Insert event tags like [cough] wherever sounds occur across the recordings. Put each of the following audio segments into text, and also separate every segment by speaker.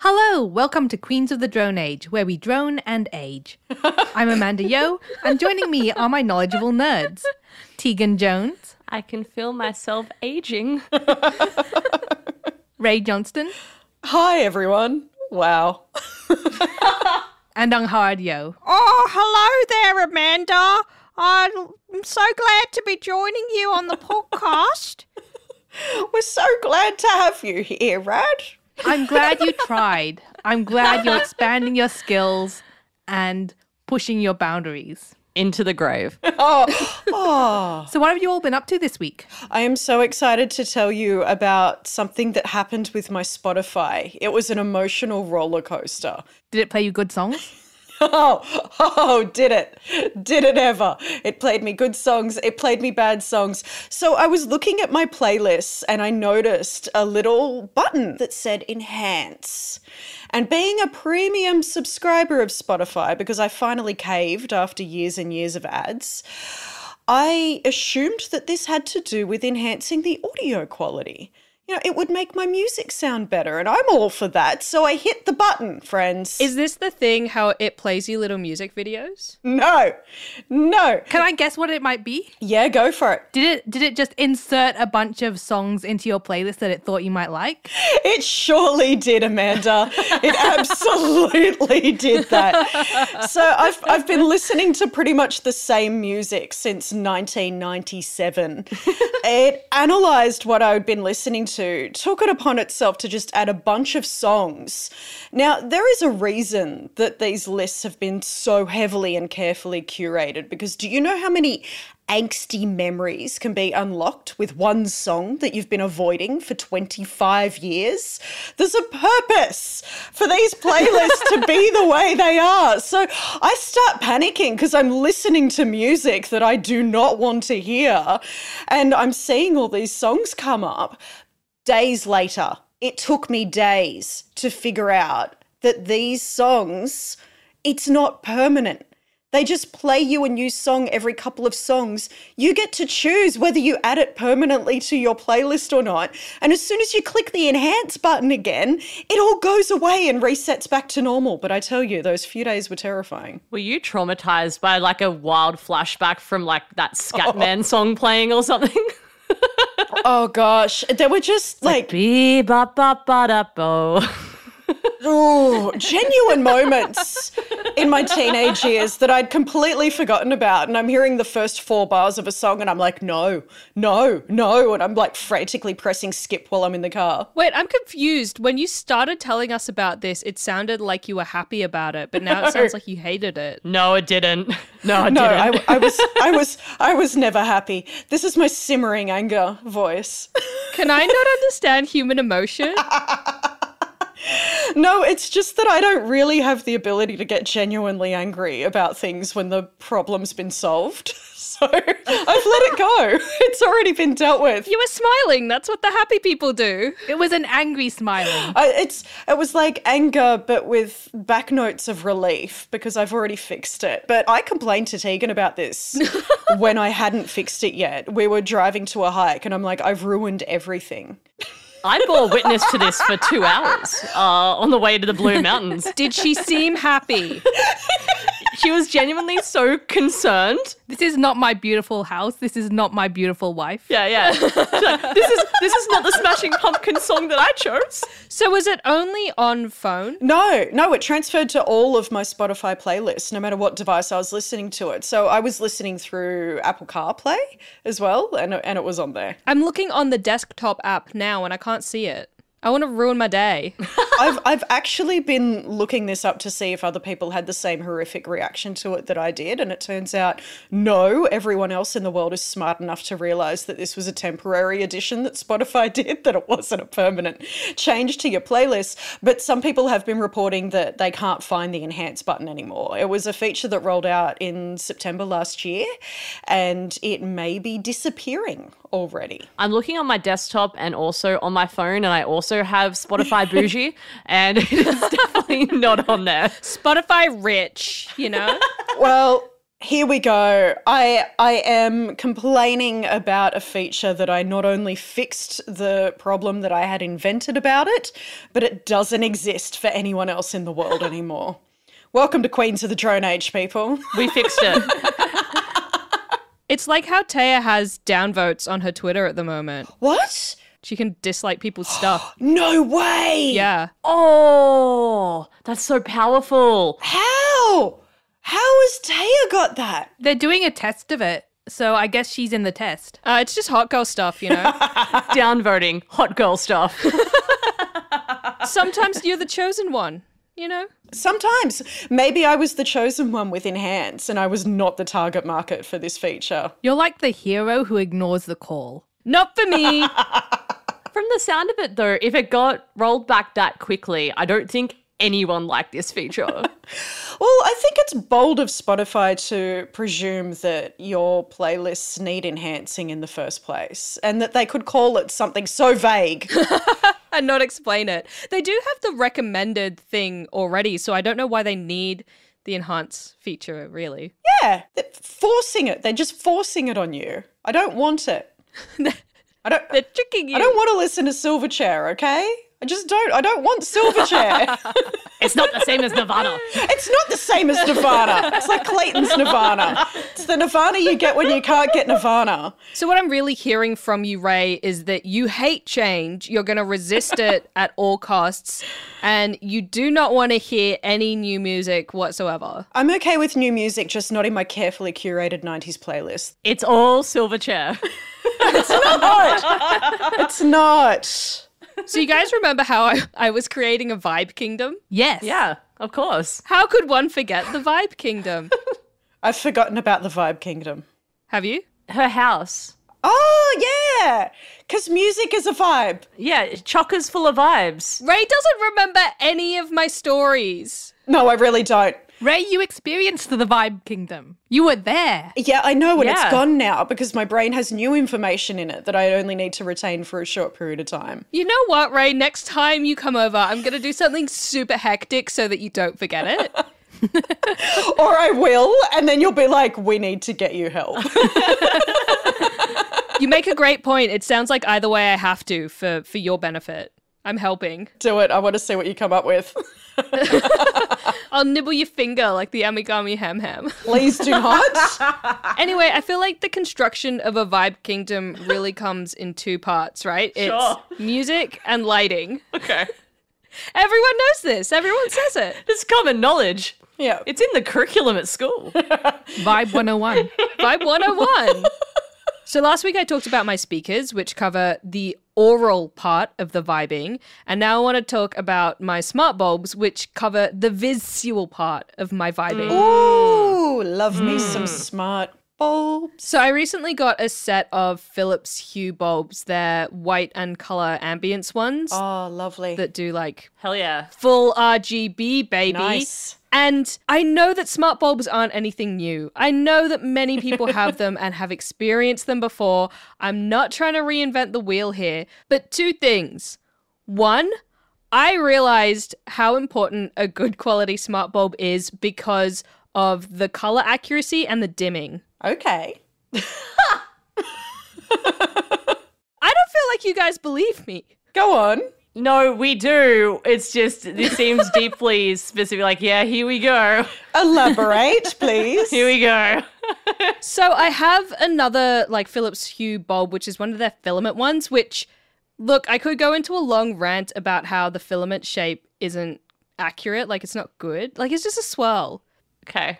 Speaker 1: Hello, welcome to Queens of the Drone Age, where we drone and
Speaker 2: [laughs]
Speaker 1: age. I'm Amanda Yo, and joining me are my knowledgeable nerds, Tegan Jones,
Speaker 3: I can feel myself aging. [laughs]
Speaker 1: Ray Johnston,
Speaker 4: Hi, everyone. Wow. [laughs]
Speaker 1: and Unghard Yo.
Speaker 2: Oh, hello there, Amanda. I'm so glad to be joining you on the podcast.
Speaker 4: We're so glad to have you here, Rad.
Speaker 1: [laughs] I'm glad you tried. I'm glad you're expanding your skills and pushing your boundaries.
Speaker 3: Into the grave.
Speaker 4: Oh, oh.
Speaker 1: So, what have you all been up to this week?
Speaker 4: I am so excited to tell you about something that happened with my Spotify. It was an emotional roller coaster.
Speaker 1: Did it play you good songs?
Speaker 4: [laughs] Oh, oh, did it? Did it ever? It played me good songs, it played me bad songs. So I was looking at my playlists and I noticed a little button that said enhance. And being a premium subscriber of Spotify, because I finally caved after years and years of ads, I assumed that this had to do with enhancing the audio quality. You know, it would make my music sound better, and I'm all for that. So I hit the button, friends.
Speaker 5: Is this the thing how it plays you little music videos?
Speaker 4: No, no.
Speaker 1: Can I guess what it might be?
Speaker 4: Yeah, go for it.
Speaker 1: Did it did it just insert a bunch of songs into your playlist that it thought you might like?
Speaker 4: It surely did, Amanda. It absolutely did that. So I've, I've been listening to pretty much the same music since 1997. it analysed what I'd been listening to, took it upon itself to just add a bunch of songs. Now, there is a reason that these lists have been so heavily and carefully curated because do you know how many angsty memories can be unlocked with one song that you've been avoiding for 25 years. There's a purpose for these playlists to be the way they are. So I start panicking because I'm listening to music that I do not want to hear. And I'm seeing all these songs come up days later. It took me days to figure out that these songs, it's not permanent. They just play you a new song every couple of songs. You get to choose whether you add it permanently to your playlist or not. And as soon as you click the enhance button again, it all goes away and resets back to normal. But I tell you, those few days were terrifying.
Speaker 3: Were you traumatized by like a wild flashback from like that [laughs] Scatman song playing or something? [laughs]
Speaker 4: oh gosh, they were just like
Speaker 3: Bee ba ba ba da bo.
Speaker 4: Ooh, genuine moments in my teenage years that I'd completely forgotten about. And I'm hearing the first four bars of a song and I'm like, no, no, no. And I'm like frantically pressing skip while I'm in the car.
Speaker 5: Wait, I'm confused. When you started telling us about this, it sounded like you were happy about it, but now it sounds like you hated it.
Speaker 3: No, it didn't. [laughs] No, it
Speaker 4: No,
Speaker 3: didn't.
Speaker 4: I, I was, I was, I was never happy. This is my simmering anger voice.
Speaker 5: Can I not understand human emotion?
Speaker 4: No, it's just that I don't really have the ability to get genuinely angry about things when the problem's been solved. [laughs] So I've let it go. It's already been dealt with.
Speaker 5: You were smiling. That's what the happy people do.
Speaker 1: [laughs] It was an angry smiling.
Speaker 4: I, it's it was like anger, but with back notes of relief because I've already fixed it. But I complained to Tegan about this when I hadn't fixed it yet. We were driving to a hike, and I'm like, I've ruined everything.
Speaker 3: I bore witness to this for two hours uh, on the way to the Blue Mountains.
Speaker 5: [laughs] Did she seem [laughs] happy?
Speaker 3: She was genuinely so concerned.
Speaker 1: This is not my beautiful house. This is not my beautiful wife.
Speaker 3: Yeah, yeah. She's like, this is this is not the Smashing Pumpkin song that I chose.
Speaker 5: So was it only on phone?
Speaker 4: No, no, it transferred to all of my Spotify playlists, no matter what device I was listening to it. So I was listening through Apple CarPlay as well, and and it was on there.
Speaker 5: I'm looking on the desktop app now and I can't see it. I want to ruin my day.
Speaker 4: I've I've actually been looking this up to see if other people had the same horrific reaction to it that I did, and it turns out no, everyone else in the world is smart enough to realize that this was a temporary addition that Spotify [laughs] did, that it wasn't a permanent change to your playlist. But some people have been reporting that they can't find the enhance button anymore. It was a feature that rolled out in September last year, and it may be disappearing already.
Speaker 3: I'm looking on my desktop and also on my phone, and I also also have Spotify Bougie, [laughs] and it is definitely not on there.
Speaker 5: Spotify rich,
Speaker 1: [laughs]
Speaker 5: you know?
Speaker 4: Well, here we go. I I am complaining about a feature that I not only fixed the problem that I had invented about it, but it doesn't exist for anyone else in the world anymore. Welcome to Queens of the Drone Age, people.
Speaker 3: We fixed it.
Speaker 5: it's like how Taya has downvotes on her Twitter at the moment.
Speaker 4: What?
Speaker 5: She can dislike
Speaker 1: [gasps]
Speaker 5: people's stuff.
Speaker 4: No way.
Speaker 5: Yeah.
Speaker 3: [laughs] Oh, that's so powerful.
Speaker 4: How? How has Taya got that?
Speaker 1: They're doing a test of it, so I guess she's in the test.
Speaker 5: Uh, it's just hot girl stuff, you know?
Speaker 1: [laughs]
Speaker 3: [laughs] Downvoting, hot girl [laughs] stuff.
Speaker 5: Sometimes you're the chosen one, you know?
Speaker 4: Sometimes maybe I was the chosen one with enhance and I was not the target market for this feature.
Speaker 1: You're like the hero who ignores the call.
Speaker 5: Not for me.
Speaker 3: From the sound of it, though, if it got rolled back that quickly, I don't think anyone liked this [laughs] feature.
Speaker 4: Well, I think it's bold of Spotify to presume that your playlists need enhancing in the first place and that they could call it something so vague.
Speaker 5: [laughs] and not explain it. They do have the recommended thing already, so I don't know why they need the enhance feature, really.
Speaker 4: yeah, they're forcing it. They're just forcing it on you. I don't want it. I don't
Speaker 5: They're tricking you.
Speaker 4: I don't want to listen to Silverchair, okay? I just don't I don't want Silverchair.
Speaker 3: it's not the same as Nirvana.
Speaker 4: It's not the same as Nirvana. It's like Clayton's Nirvana. It's the Nirvana you get when you can't get Nirvana.
Speaker 5: So what I'm really hearing from you, Ray, is that you hate change. You're going
Speaker 1: [laughs]
Speaker 5: to resist it at all costs, and you do not want to hear any new music whatsoever.
Speaker 4: I'm okay with new music, just not in my carefully curated 90s playlist.
Speaker 3: It's all [laughs] Silverchair.
Speaker 4: It's not.
Speaker 5: So you guys remember how I, I was creating a vibe kingdom?
Speaker 1: Yes.
Speaker 3: Yeah, of course.
Speaker 5: How could one forget the vibe kingdom?
Speaker 4: I've forgotten about the Vibe Kingdom.
Speaker 5: Have you?
Speaker 3: Her house.
Speaker 4: Oh, yeah. Because music is a vibe.
Speaker 3: Yeah, chockers full of vibes.
Speaker 5: Ray doesn't remember any of my stories.
Speaker 4: No, I really don't.
Speaker 1: Ray, you experienced the vibe kingdom. You were there.
Speaker 4: Yeah, I know, and
Speaker 3: Yeah.
Speaker 4: it's gone now because my brain has new information in it that I only need to retain for a short period of time.
Speaker 5: You know what, Ray? Next time you come over, I'm going to do something super hectic so that you don't forget it.
Speaker 4: or I will, and then you'll be like, we need to get you help. [laughs]
Speaker 5: You make a great point. It sounds like either way I have to for for your benefit. I'm helping.
Speaker 4: Do it. I want to see what you come up with.
Speaker 5: I'll nibble your finger like the amigami ham ham.
Speaker 4: Please do not.
Speaker 5: anyway, I feel like the construction of a vibe kingdom really comes in two parts, right?
Speaker 3: Sure.
Speaker 5: It's music and lighting.
Speaker 3: Okay.
Speaker 5: Everyone knows this. Everyone says it.
Speaker 3: [laughs]
Speaker 4: [laughs]
Speaker 3: It's common knowledge.
Speaker 4: yeah.
Speaker 3: It's in the curriculum at school.
Speaker 5: [laughs]
Speaker 1: Vibe 101.
Speaker 5: Vibe 101. so last week I talked about my speakers, which cover the oral part of the vibing. And now I want to talk about my smart bulbs, which cover the visual part of my vibing.
Speaker 4: Mm. Ooh, love me some smart bulbs.
Speaker 5: So I recently got a set of Philips Hue bulbs. They're white and color ambience ones
Speaker 4: Oh, lovely.
Speaker 5: that do like
Speaker 3: [laughs] Hell yeah.
Speaker 5: full RGB, baby.
Speaker 4: Nice.
Speaker 5: And I know that smart bulbs aren't anything new. I know that many people have them and have experienced them before. I'm not trying to reinvent the wheel here, but two things. One, I realized how important a good quality smart bulb is because of the color accuracy and the dimming.
Speaker 4: Okay.
Speaker 5: I don't feel like you guys believe me.
Speaker 4: Go on.
Speaker 3: No, we do. It's just, this seems deeply [laughs] specific. Like, yeah, here we go.
Speaker 4: Elaborate, please.
Speaker 3: Here we go.
Speaker 5: So I have another like Philips Hue bulb, which is one of their filament ones, which look, I could go into a long rant about how the filament shape isn't accurate, like it's not good. Like it's just a swirl.
Speaker 3: [laughs] Okay.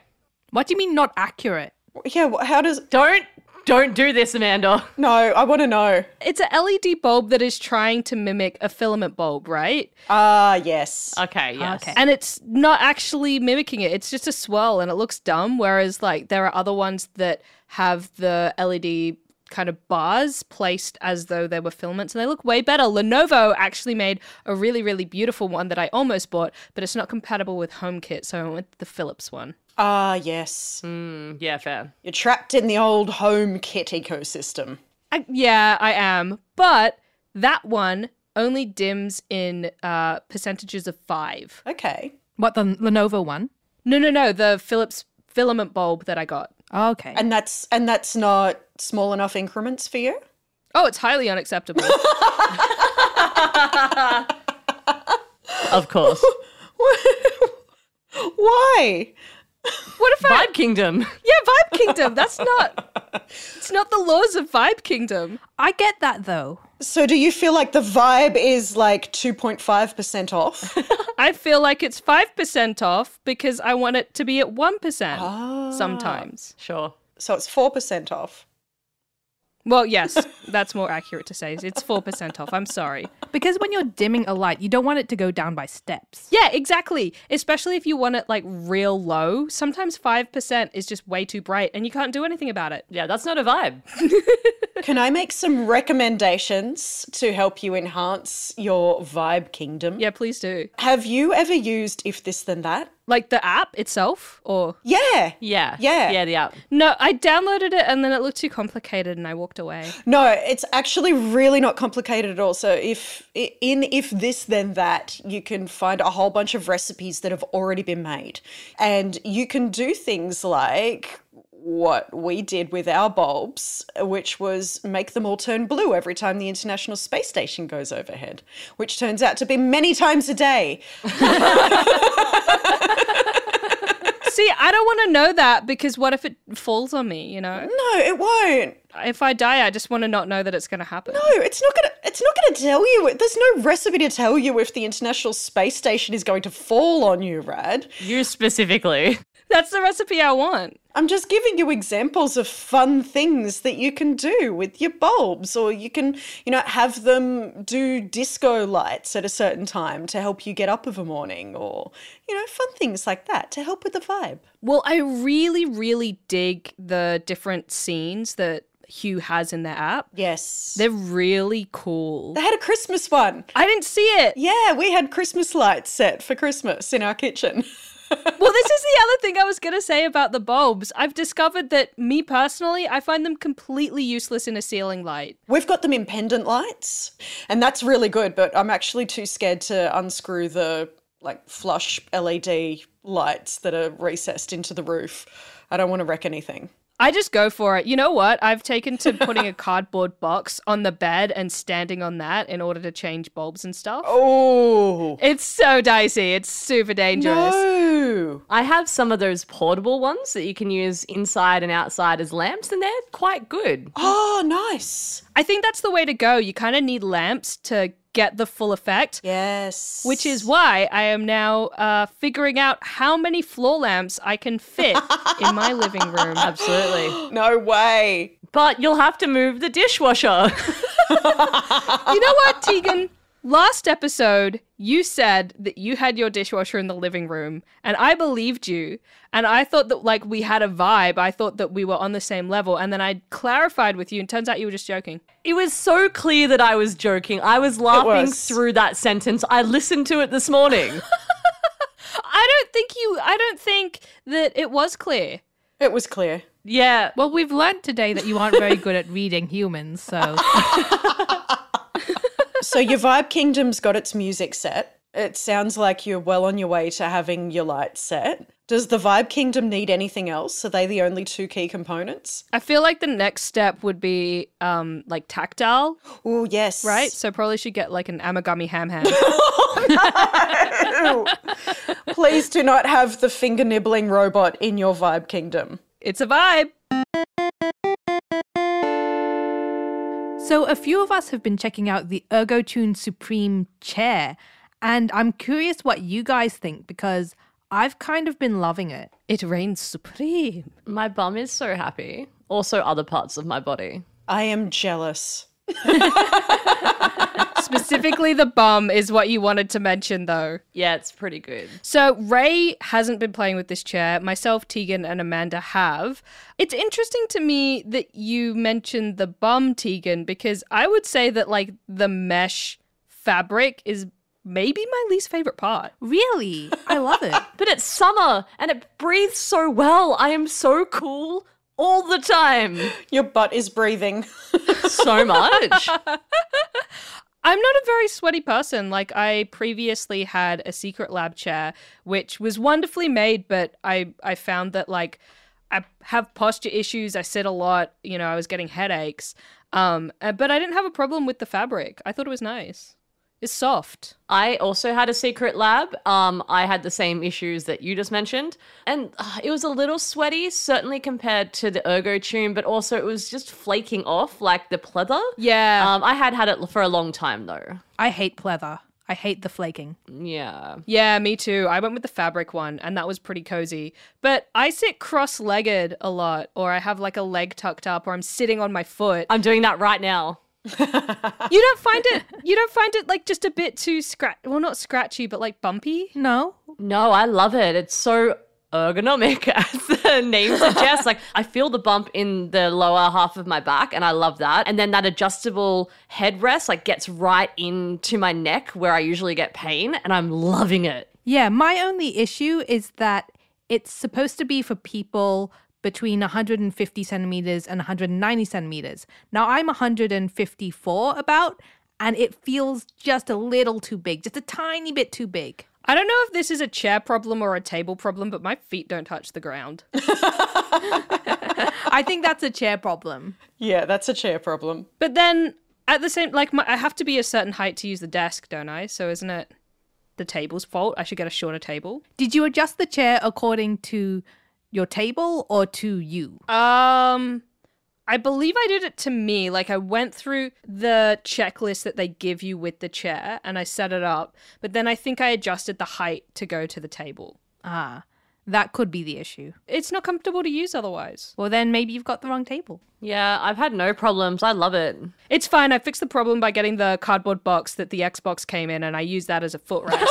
Speaker 1: What do you mean not accurate?
Speaker 4: yeah, wh- how does.
Speaker 3: Don't, don't do this, Amanda.
Speaker 4: No, I want to know.
Speaker 5: It's a LED bulb that is trying to mimic a filament bulb, right?
Speaker 4: Ah, yes.
Speaker 3: [laughs] Okay, yes. Okay.
Speaker 5: And it's not actually mimicking it. It's just a swirl and it looks dumb. Whereas, like, there are other ones that have the LED kind of bars placed as though they were filaments and they look way better. Lenovo actually made a really, really beautiful one that I almost bought, but it's not compatible with HomeKit. So I went with the Philips one.
Speaker 4: Ah, yes.
Speaker 3: Mm, yeah, fair.
Speaker 4: You're trapped in the old home kit ecosystem.
Speaker 5: I, yeah, I am. But that one only dims in uh, percentages of five.
Speaker 4: Okay.
Speaker 1: What the Lenovo one?
Speaker 5: No, no, no. The Philips filament bulb that I got.
Speaker 1: Oh, okay.
Speaker 4: And that's and that's not small enough increments for you? [laughs]
Speaker 5: Oh, it's highly unacceptable.
Speaker 3: Of course.
Speaker 4: Why?
Speaker 5: what if
Speaker 3: [laughs] [laughs]
Speaker 5: I?
Speaker 3: Vibe Kingdom.
Speaker 5: Yeah, Vibe Kingdom. That's not. It's not the laws of Vibe Kingdom.
Speaker 1: I get that though.
Speaker 4: So do you feel like the vibe is like 2.5% [laughs] off?
Speaker 5: I feel like it's five percent off because I want it to be at one percent sometimes.
Speaker 3: Sure.
Speaker 4: so it's 4% off.
Speaker 5: Well, yes, that's more accurate to say. It's four percent off. I'm sorry.
Speaker 1: Because when you're dimming a light, you don't want it to go down by steps.
Speaker 5: Yeah, exactly. Especially if you want it like real low. Sometimes five percent is just way too bright, and you can't do anything about it.
Speaker 3: Yeah, that's not a vibe.
Speaker 4: Can I make some recommendations to help you enhance your vibe kingdom?
Speaker 5: Yeah, please do.
Speaker 4: Have you ever used if this then that?
Speaker 5: Like the app itself, or
Speaker 4: Yeah.
Speaker 3: Yeah.
Speaker 4: Yeah.
Speaker 3: Yeah, the app.
Speaker 5: no? I downloaded it and then it looked too complicated, and I walked away.
Speaker 4: No, it's actually really not complicated at all. So if i- in if this then that, you can find a whole bunch of recipes that have already been made. And you can do things like what we did with our bulbs, which was make them all turn blue every time the International Space Station goes overhead, which turns out to be many times a day.
Speaker 5: See, I don't want to know that because what if it falls on me? You know,
Speaker 4: No, it won't.
Speaker 5: if I die, I just want to not know that it's going to happen.
Speaker 4: No, it's not gonna. It's not gonna tell you. There's no recipe to tell you if the International Space Station is going to fall on you, Rad.
Speaker 3: You specifically.
Speaker 5: That's the recipe I want.
Speaker 4: I'm just giving you examples of fun things that you can do with your bulbs, or you can, you know, have them do disco lights at a certain time to help you get up of a morning, or, you know, fun things like that to help with the vibe.
Speaker 5: Well, I really, really dig the different scenes that Hugh has in the app.
Speaker 4: Yes.
Speaker 5: They're really cool.
Speaker 4: they had a Christmas one.
Speaker 5: I didn't see it.
Speaker 4: Yeah, we had Christmas lights set for Christmas in our kitchen. [laughs]
Speaker 5: Well, this is the other thing I was going to say about the bulbs. I've discovered that, me personally, I find them completely useless in a ceiling light.
Speaker 4: We've got them in pendant lights, and that's really good, but I'm actually too scared to unscrew the like flush LED lights that are recessed into the roof. I don't want to wreck anything.
Speaker 5: I just go for it. You know what? I've taken
Speaker 4: [laughs]
Speaker 5: to putting a cardboard box on the bed and standing on that in order to change bulbs and stuff.
Speaker 4: Oh.
Speaker 5: It's so dicey. It's super dangerous.
Speaker 4: No.
Speaker 3: I have some of those portable ones that you can use inside and outside as lamps, and they're quite good.
Speaker 4: Oh, nice.
Speaker 5: I think that's the way to go. You kind of need lamps to get the full effect.
Speaker 4: Yes.
Speaker 5: Which is why I am now uh, figuring out how many floor lamps I can fit in my living
Speaker 4: [laughs]
Speaker 5: room.
Speaker 3: Absolutely.
Speaker 4: [gasps] No way.
Speaker 3: But you'll have to move the dishwasher. [laughs]
Speaker 5: You know what, Tegan? Last episode, you said that you had your dishwasher in the living room, and I believed you. And I thought that, like, we had a vibe. I thought that we were on the same level. And then I clarified with you, and turns out you were just joking.
Speaker 3: It was so clear that I was joking. I was laughing
Speaker 4: was.
Speaker 3: through that sentence. I listened to it this morning.
Speaker 5: I don't think you, I don't think that it was clear.
Speaker 4: It was clear.
Speaker 3: yeah.
Speaker 1: Well, we've learned today that you aren't very good at reading humans, [laughs] so
Speaker 4: So your Vibe Kingdom's got its music set. It sounds like you're well on your way to having your lights set. Does the Vibe Kingdom need anything else? Are they the only two key components?
Speaker 5: I feel like the next step would be um like tactile,
Speaker 4: Oh, yes. [laughs]
Speaker 5: right? So probably should get like an amigami ham hand.
Speaker 4: Ew. Please do not have the finger nibbling robot in your Vibe Kingdom.
Speaker 5: it's a vibe.
Speaker 1: So, a few of us have been checking out the ErgoTune Supreme chair, and I'm curious what you guys think because I've kind of been loving it.
Speaker 5: It reigns supreme.
Speaker 3: [laughs] My bum is so happy. Also, other parts of my body.
Speaker 4: I am jealous.
Speaker 5: Specifically the bum is what you wanted to mention though.
Speaker 3: Yeah, it's pretty good.
Speaker 5: So Ray hasn't been playing with this chair. Myself, Tegan, and Amanda have. It's interesting to me that you mentioned the bum, Tegan, because I would say that like the mesh fabric is maybe my least favorite part.
Speaker 1: Really? I love it.
Speaker 3: But it's summer and it breathes so well. I am so cool all the [laughs] time.
Speaker 4: Your butt is breathing.
Speaker 3: So much.
Speaker 5: I'm not a very sweaty person. Like I previously had a secret lab chair, which was wonderfully made, but I I found that like I have posture issues. I sit a lot. You know, I was getting headaches. Um, uh, but I didn't have a problem with the fabric. I thought it was nice. It's soft.
Speaker 3: [laughs] I also had a secret lab. Um, I had the same issues that you just mentioned, and uh, it was a little sweaty, certainly compared to the ergo tune, but also it was just flaking off like the pleather.
Speaker 5: Yeah.
Speaker 3: [laughs] Um, I had had it for a long time though.
Speaker 1: [laughs] I hate pleather. I hate the flaking.
Speaker 3: Yeah.
Speaker 5: Yeah, me too. I went with the fabric one, and that was pretty cozy. But I sit cross legged a lot, or I have like a leg tucked up, or I'm sitting on my foot.
Speaker 3: I'm doing that right now.
Speaker 5: You don't find it, you don't find it like just a bit too scratch, well, not scratchy, but like bumpy.
Speaker 1: No,
Speaker 3: No, I love it. It's so ergonomic, [laughs] as the name suggests. like, I feel the bump in the lower half of my back, and I love that. And then that adjustable headrest, like, gets right into my neck where I usually get pain, and I'm loving it.
Speaker 1: Yeah, my only issue is that it's supposed to be for people between 150 centimeters and 190 centimeters. Now I'm 154 about, and it feels just a little too big, just a tiny bit too big.
Speaker 5: I don't know if this is a chair problem or a table problem, but my feet don't touch the ground.
Speaker 1: I think that's a chair problem.
Speaker 4: [laughs] Yeah, that's a chair problem.
Speaker 5: But then at the same, like, my, I have to be a certain height to use the desk, don't I? So isn't it the table's fault? I should get a shorter table.
Speaker 1: Did you adjust the chair according to your table or to you?
Speaker 5: Um, I believe I did it to me. Like I went through the checklist that they give you with the chair and I set it up, but then I think I adjusted the height to go to the table.
Speaker 1: Ah, that could be the issue.
Speaker 5: It's not comfortable to use otherwise.
Speaker 1: Well, then maybe you've got the wrong table.
Speaker 3: Yeah, I've had no problems. I love it.
Speaker 5: It's fine. I fixed the problem by getting the cardboard box that the Xbox came in and I used that as
Speaker 3: [laughs]
Speaker 5: a footrest.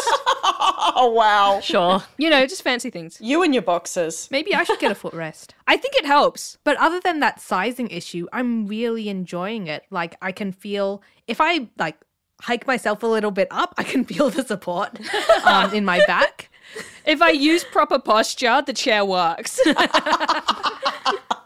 Speaker 4: Oh, [laughs] wow.
Speaker 3: Sure.
Speaker 5: you know, just fancy things.
Speaker 4: You and your [laughs] boxes.
Speaker 1: Maybe I should get a footrest.
Speaker 5: I think it helps.
Speaker 1: But other than that sizing issue, I'm really enjoying it. Like I can feel if I like hike myself a little bit up, I can [laughs] feel the support um, in my back.
Speaker 5: If I use proper posture, the chair works. [laughs]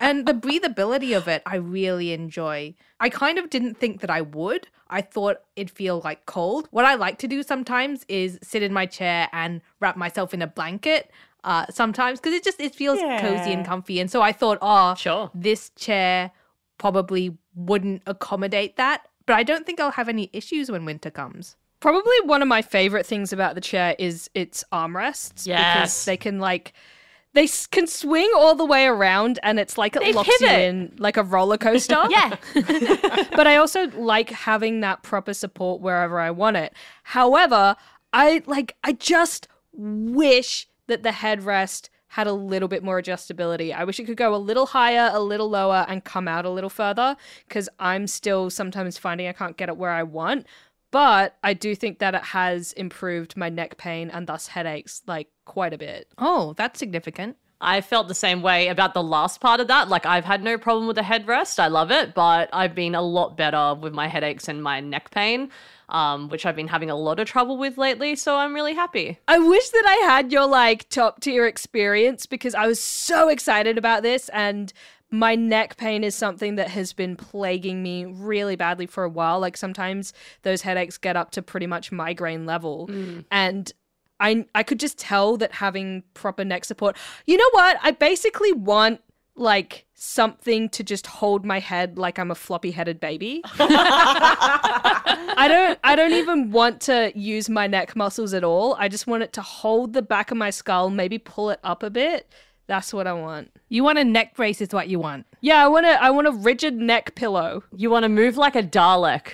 Speaker 1: And the breathability of it, I really enjoy. I kind of didn't think that I would. I thought it'd feel like cold. What I like to do sometimes is sit in my chair and wrap myself in a blanket. Uh, sometimes because it just it feels cozy and comfy, and so I thought, oh,
Speaker 3: Sure.
Speaker 1: this chair probably wouldn't accommodate that. But I don't think I'll have any issues when winter comes.
Speaker 5: Probably one of my favorite things about the chair is its armrests because
Speaker 3: Yes.
Speaker 5: they can like they s- can swing all the way around and it's like it locks
Speaker 3: pivot.
Speaker 5: you in like a
Speaker 3: [laughs]
Speaker 5: roller coaster.
Speaker 3: Yeah.
Speaker 5: but I also like having that proper support wherever I want it. However, I like I just wish that the headrest had a little bit more adjustability. I wish it could go a little higher, a little lower and come out a little further cuz I'm still sometimes finding I can't get it where I want. But I do think that it has improved my neck pain and thus headaches like quite a bit.
Speaker 1: Oh, that's significant.
Speaker 3: I felt the same way about the last part of that. Like, I've had no problem with the headrest. I love it, but I've been a lot better with my headaches and my neck pain, um, which I've been having a lot of trouble with lately. So I'm really happy.
Speaker 5: I wish that I had your like top tier experience because I was so excited about this and my neck pain is something that has been plaguing me really badly for a while. Like sometimes those headaches get up to pretty much migraine level and I I could just tell that having proper neck support. You know what? I basically want like something to just hold my head like I'm a floppy-headed baby. I don't I don't even want to use my neck muscles at all. I just want it to hold the back of my skull, maybe pull it up a bit. That's what I want.
Speaker 1: You want a neck brace is what you want.
Speaker 5: Yeah, I want to I want a rigid neck pillow.
Speaker 3: You want to move like a Dalek.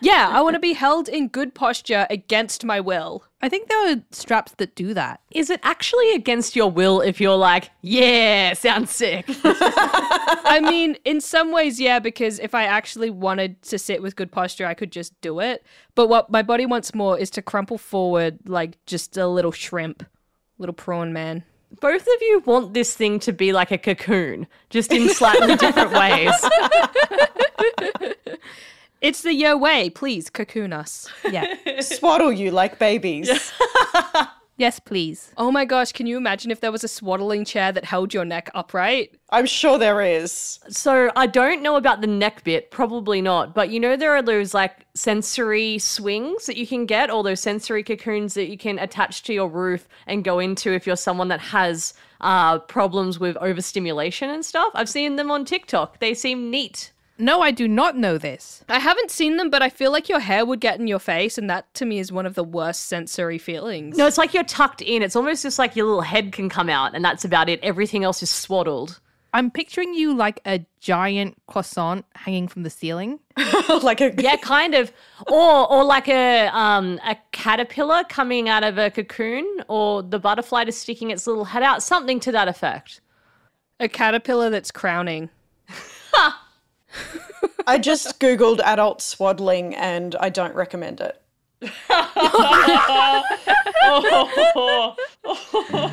Speaker 5: Yeah, I want to be held in good posture against my will.
Speaker 1: I think there are straps that do that.
Speaker 3: [laughs] Is it actually against your will if you're like, yeah, sounds sick?
Speaker 5: I mean, in some ways, yeah, because if I actually wanted to sit with good posture, I could just do it. But what my body wants more is to crumple forward like just a little shrimp, little prawn man.
Speaker 3: Both of you want this thing to be like a cocoon, just in slightly different ways.
Speaker 5: It's the yo way, please cocoon us.
Speaker 1: Yeah.
Speaker 4: Swaddle you like babies.
Speaker 1: [laughs] Yes, please.
Speaker 5: Oh my gosh, can you imagine if there was a swaddling chair that held your neck upright?
Speaker 4: I'm sure there [laughs] is.
Speaker 3: So I don't know about the neck bit, probably not. But you know there are those like sensory swings that you can get, or those sensory cocoons that you can attach to your roof and go into if you're someone that has uh, problems with overstimulation and stuff. I've seen them on TikTok. They seem neat.
Speaker 1: No, I do not know this.
Speaker 5: I haven't seen them, but I feel like your hair would get in your face, and that to me is one of the worst sensory feelings.
Speaker 3: No, it's like you're tucked in. It's almost just like your little head can come out, and that's about it. Everything else is swaddled.
Speaker 1: I'm picturing you like a giant croissant hanging from the ceiling.
Speaker 4: like a
Speaker 3: Yeah, kind of. Or or like a um a caterpillar coming out of a cocoon, or the butterfly just sticking its little head out, something to that effect.
Speaker 5: A caterpillar that's crowning.
Speaker 4: I just googled adult swaddling and I don't recommend it.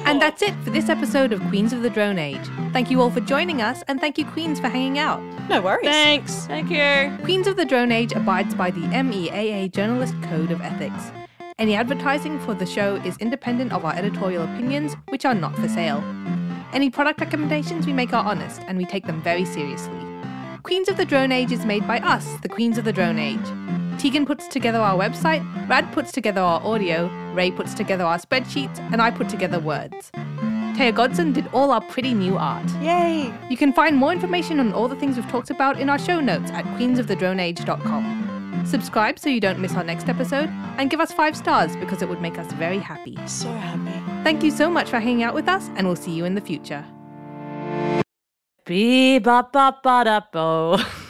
Speaker 1: And that's it for this episode of Queens of the Drone Age. Thank you all for joining us, and thank you, Queens, for hanging out.
Speaker 4: No worries.
Speaker 5: Thanks.
Speaker 3: Thank you.
Speaker 1: Queens of the Drone Age abides by the MEAA Journalist Code of Ethics. Any advertising for the show is independent of our editorial opinions, which are not for sale. Any product recommendations we make are honest, and we take them very seriously. Queens of the Drone Age is made by us, the Queens of the Drone Age. Tegan puts together our website, Rad puts together our audio, Ray puts together our spreadsheets, and I put together words. Taya Godson did all our pretty new art.
Speaker 4: Yay.
Speaker 1: You can find more information on all the things we've talked about in our show notes at queensofthedroneage.com. Subscribe so you don't miss our next episode and give us five stars because it would make us very happy.
Speaker 4: So happy.
Speaker 1: Thank you so much for hanging out with us, and we'll see you in the future.
Speaker 3: Bee bop bop ba da bo. [laughs]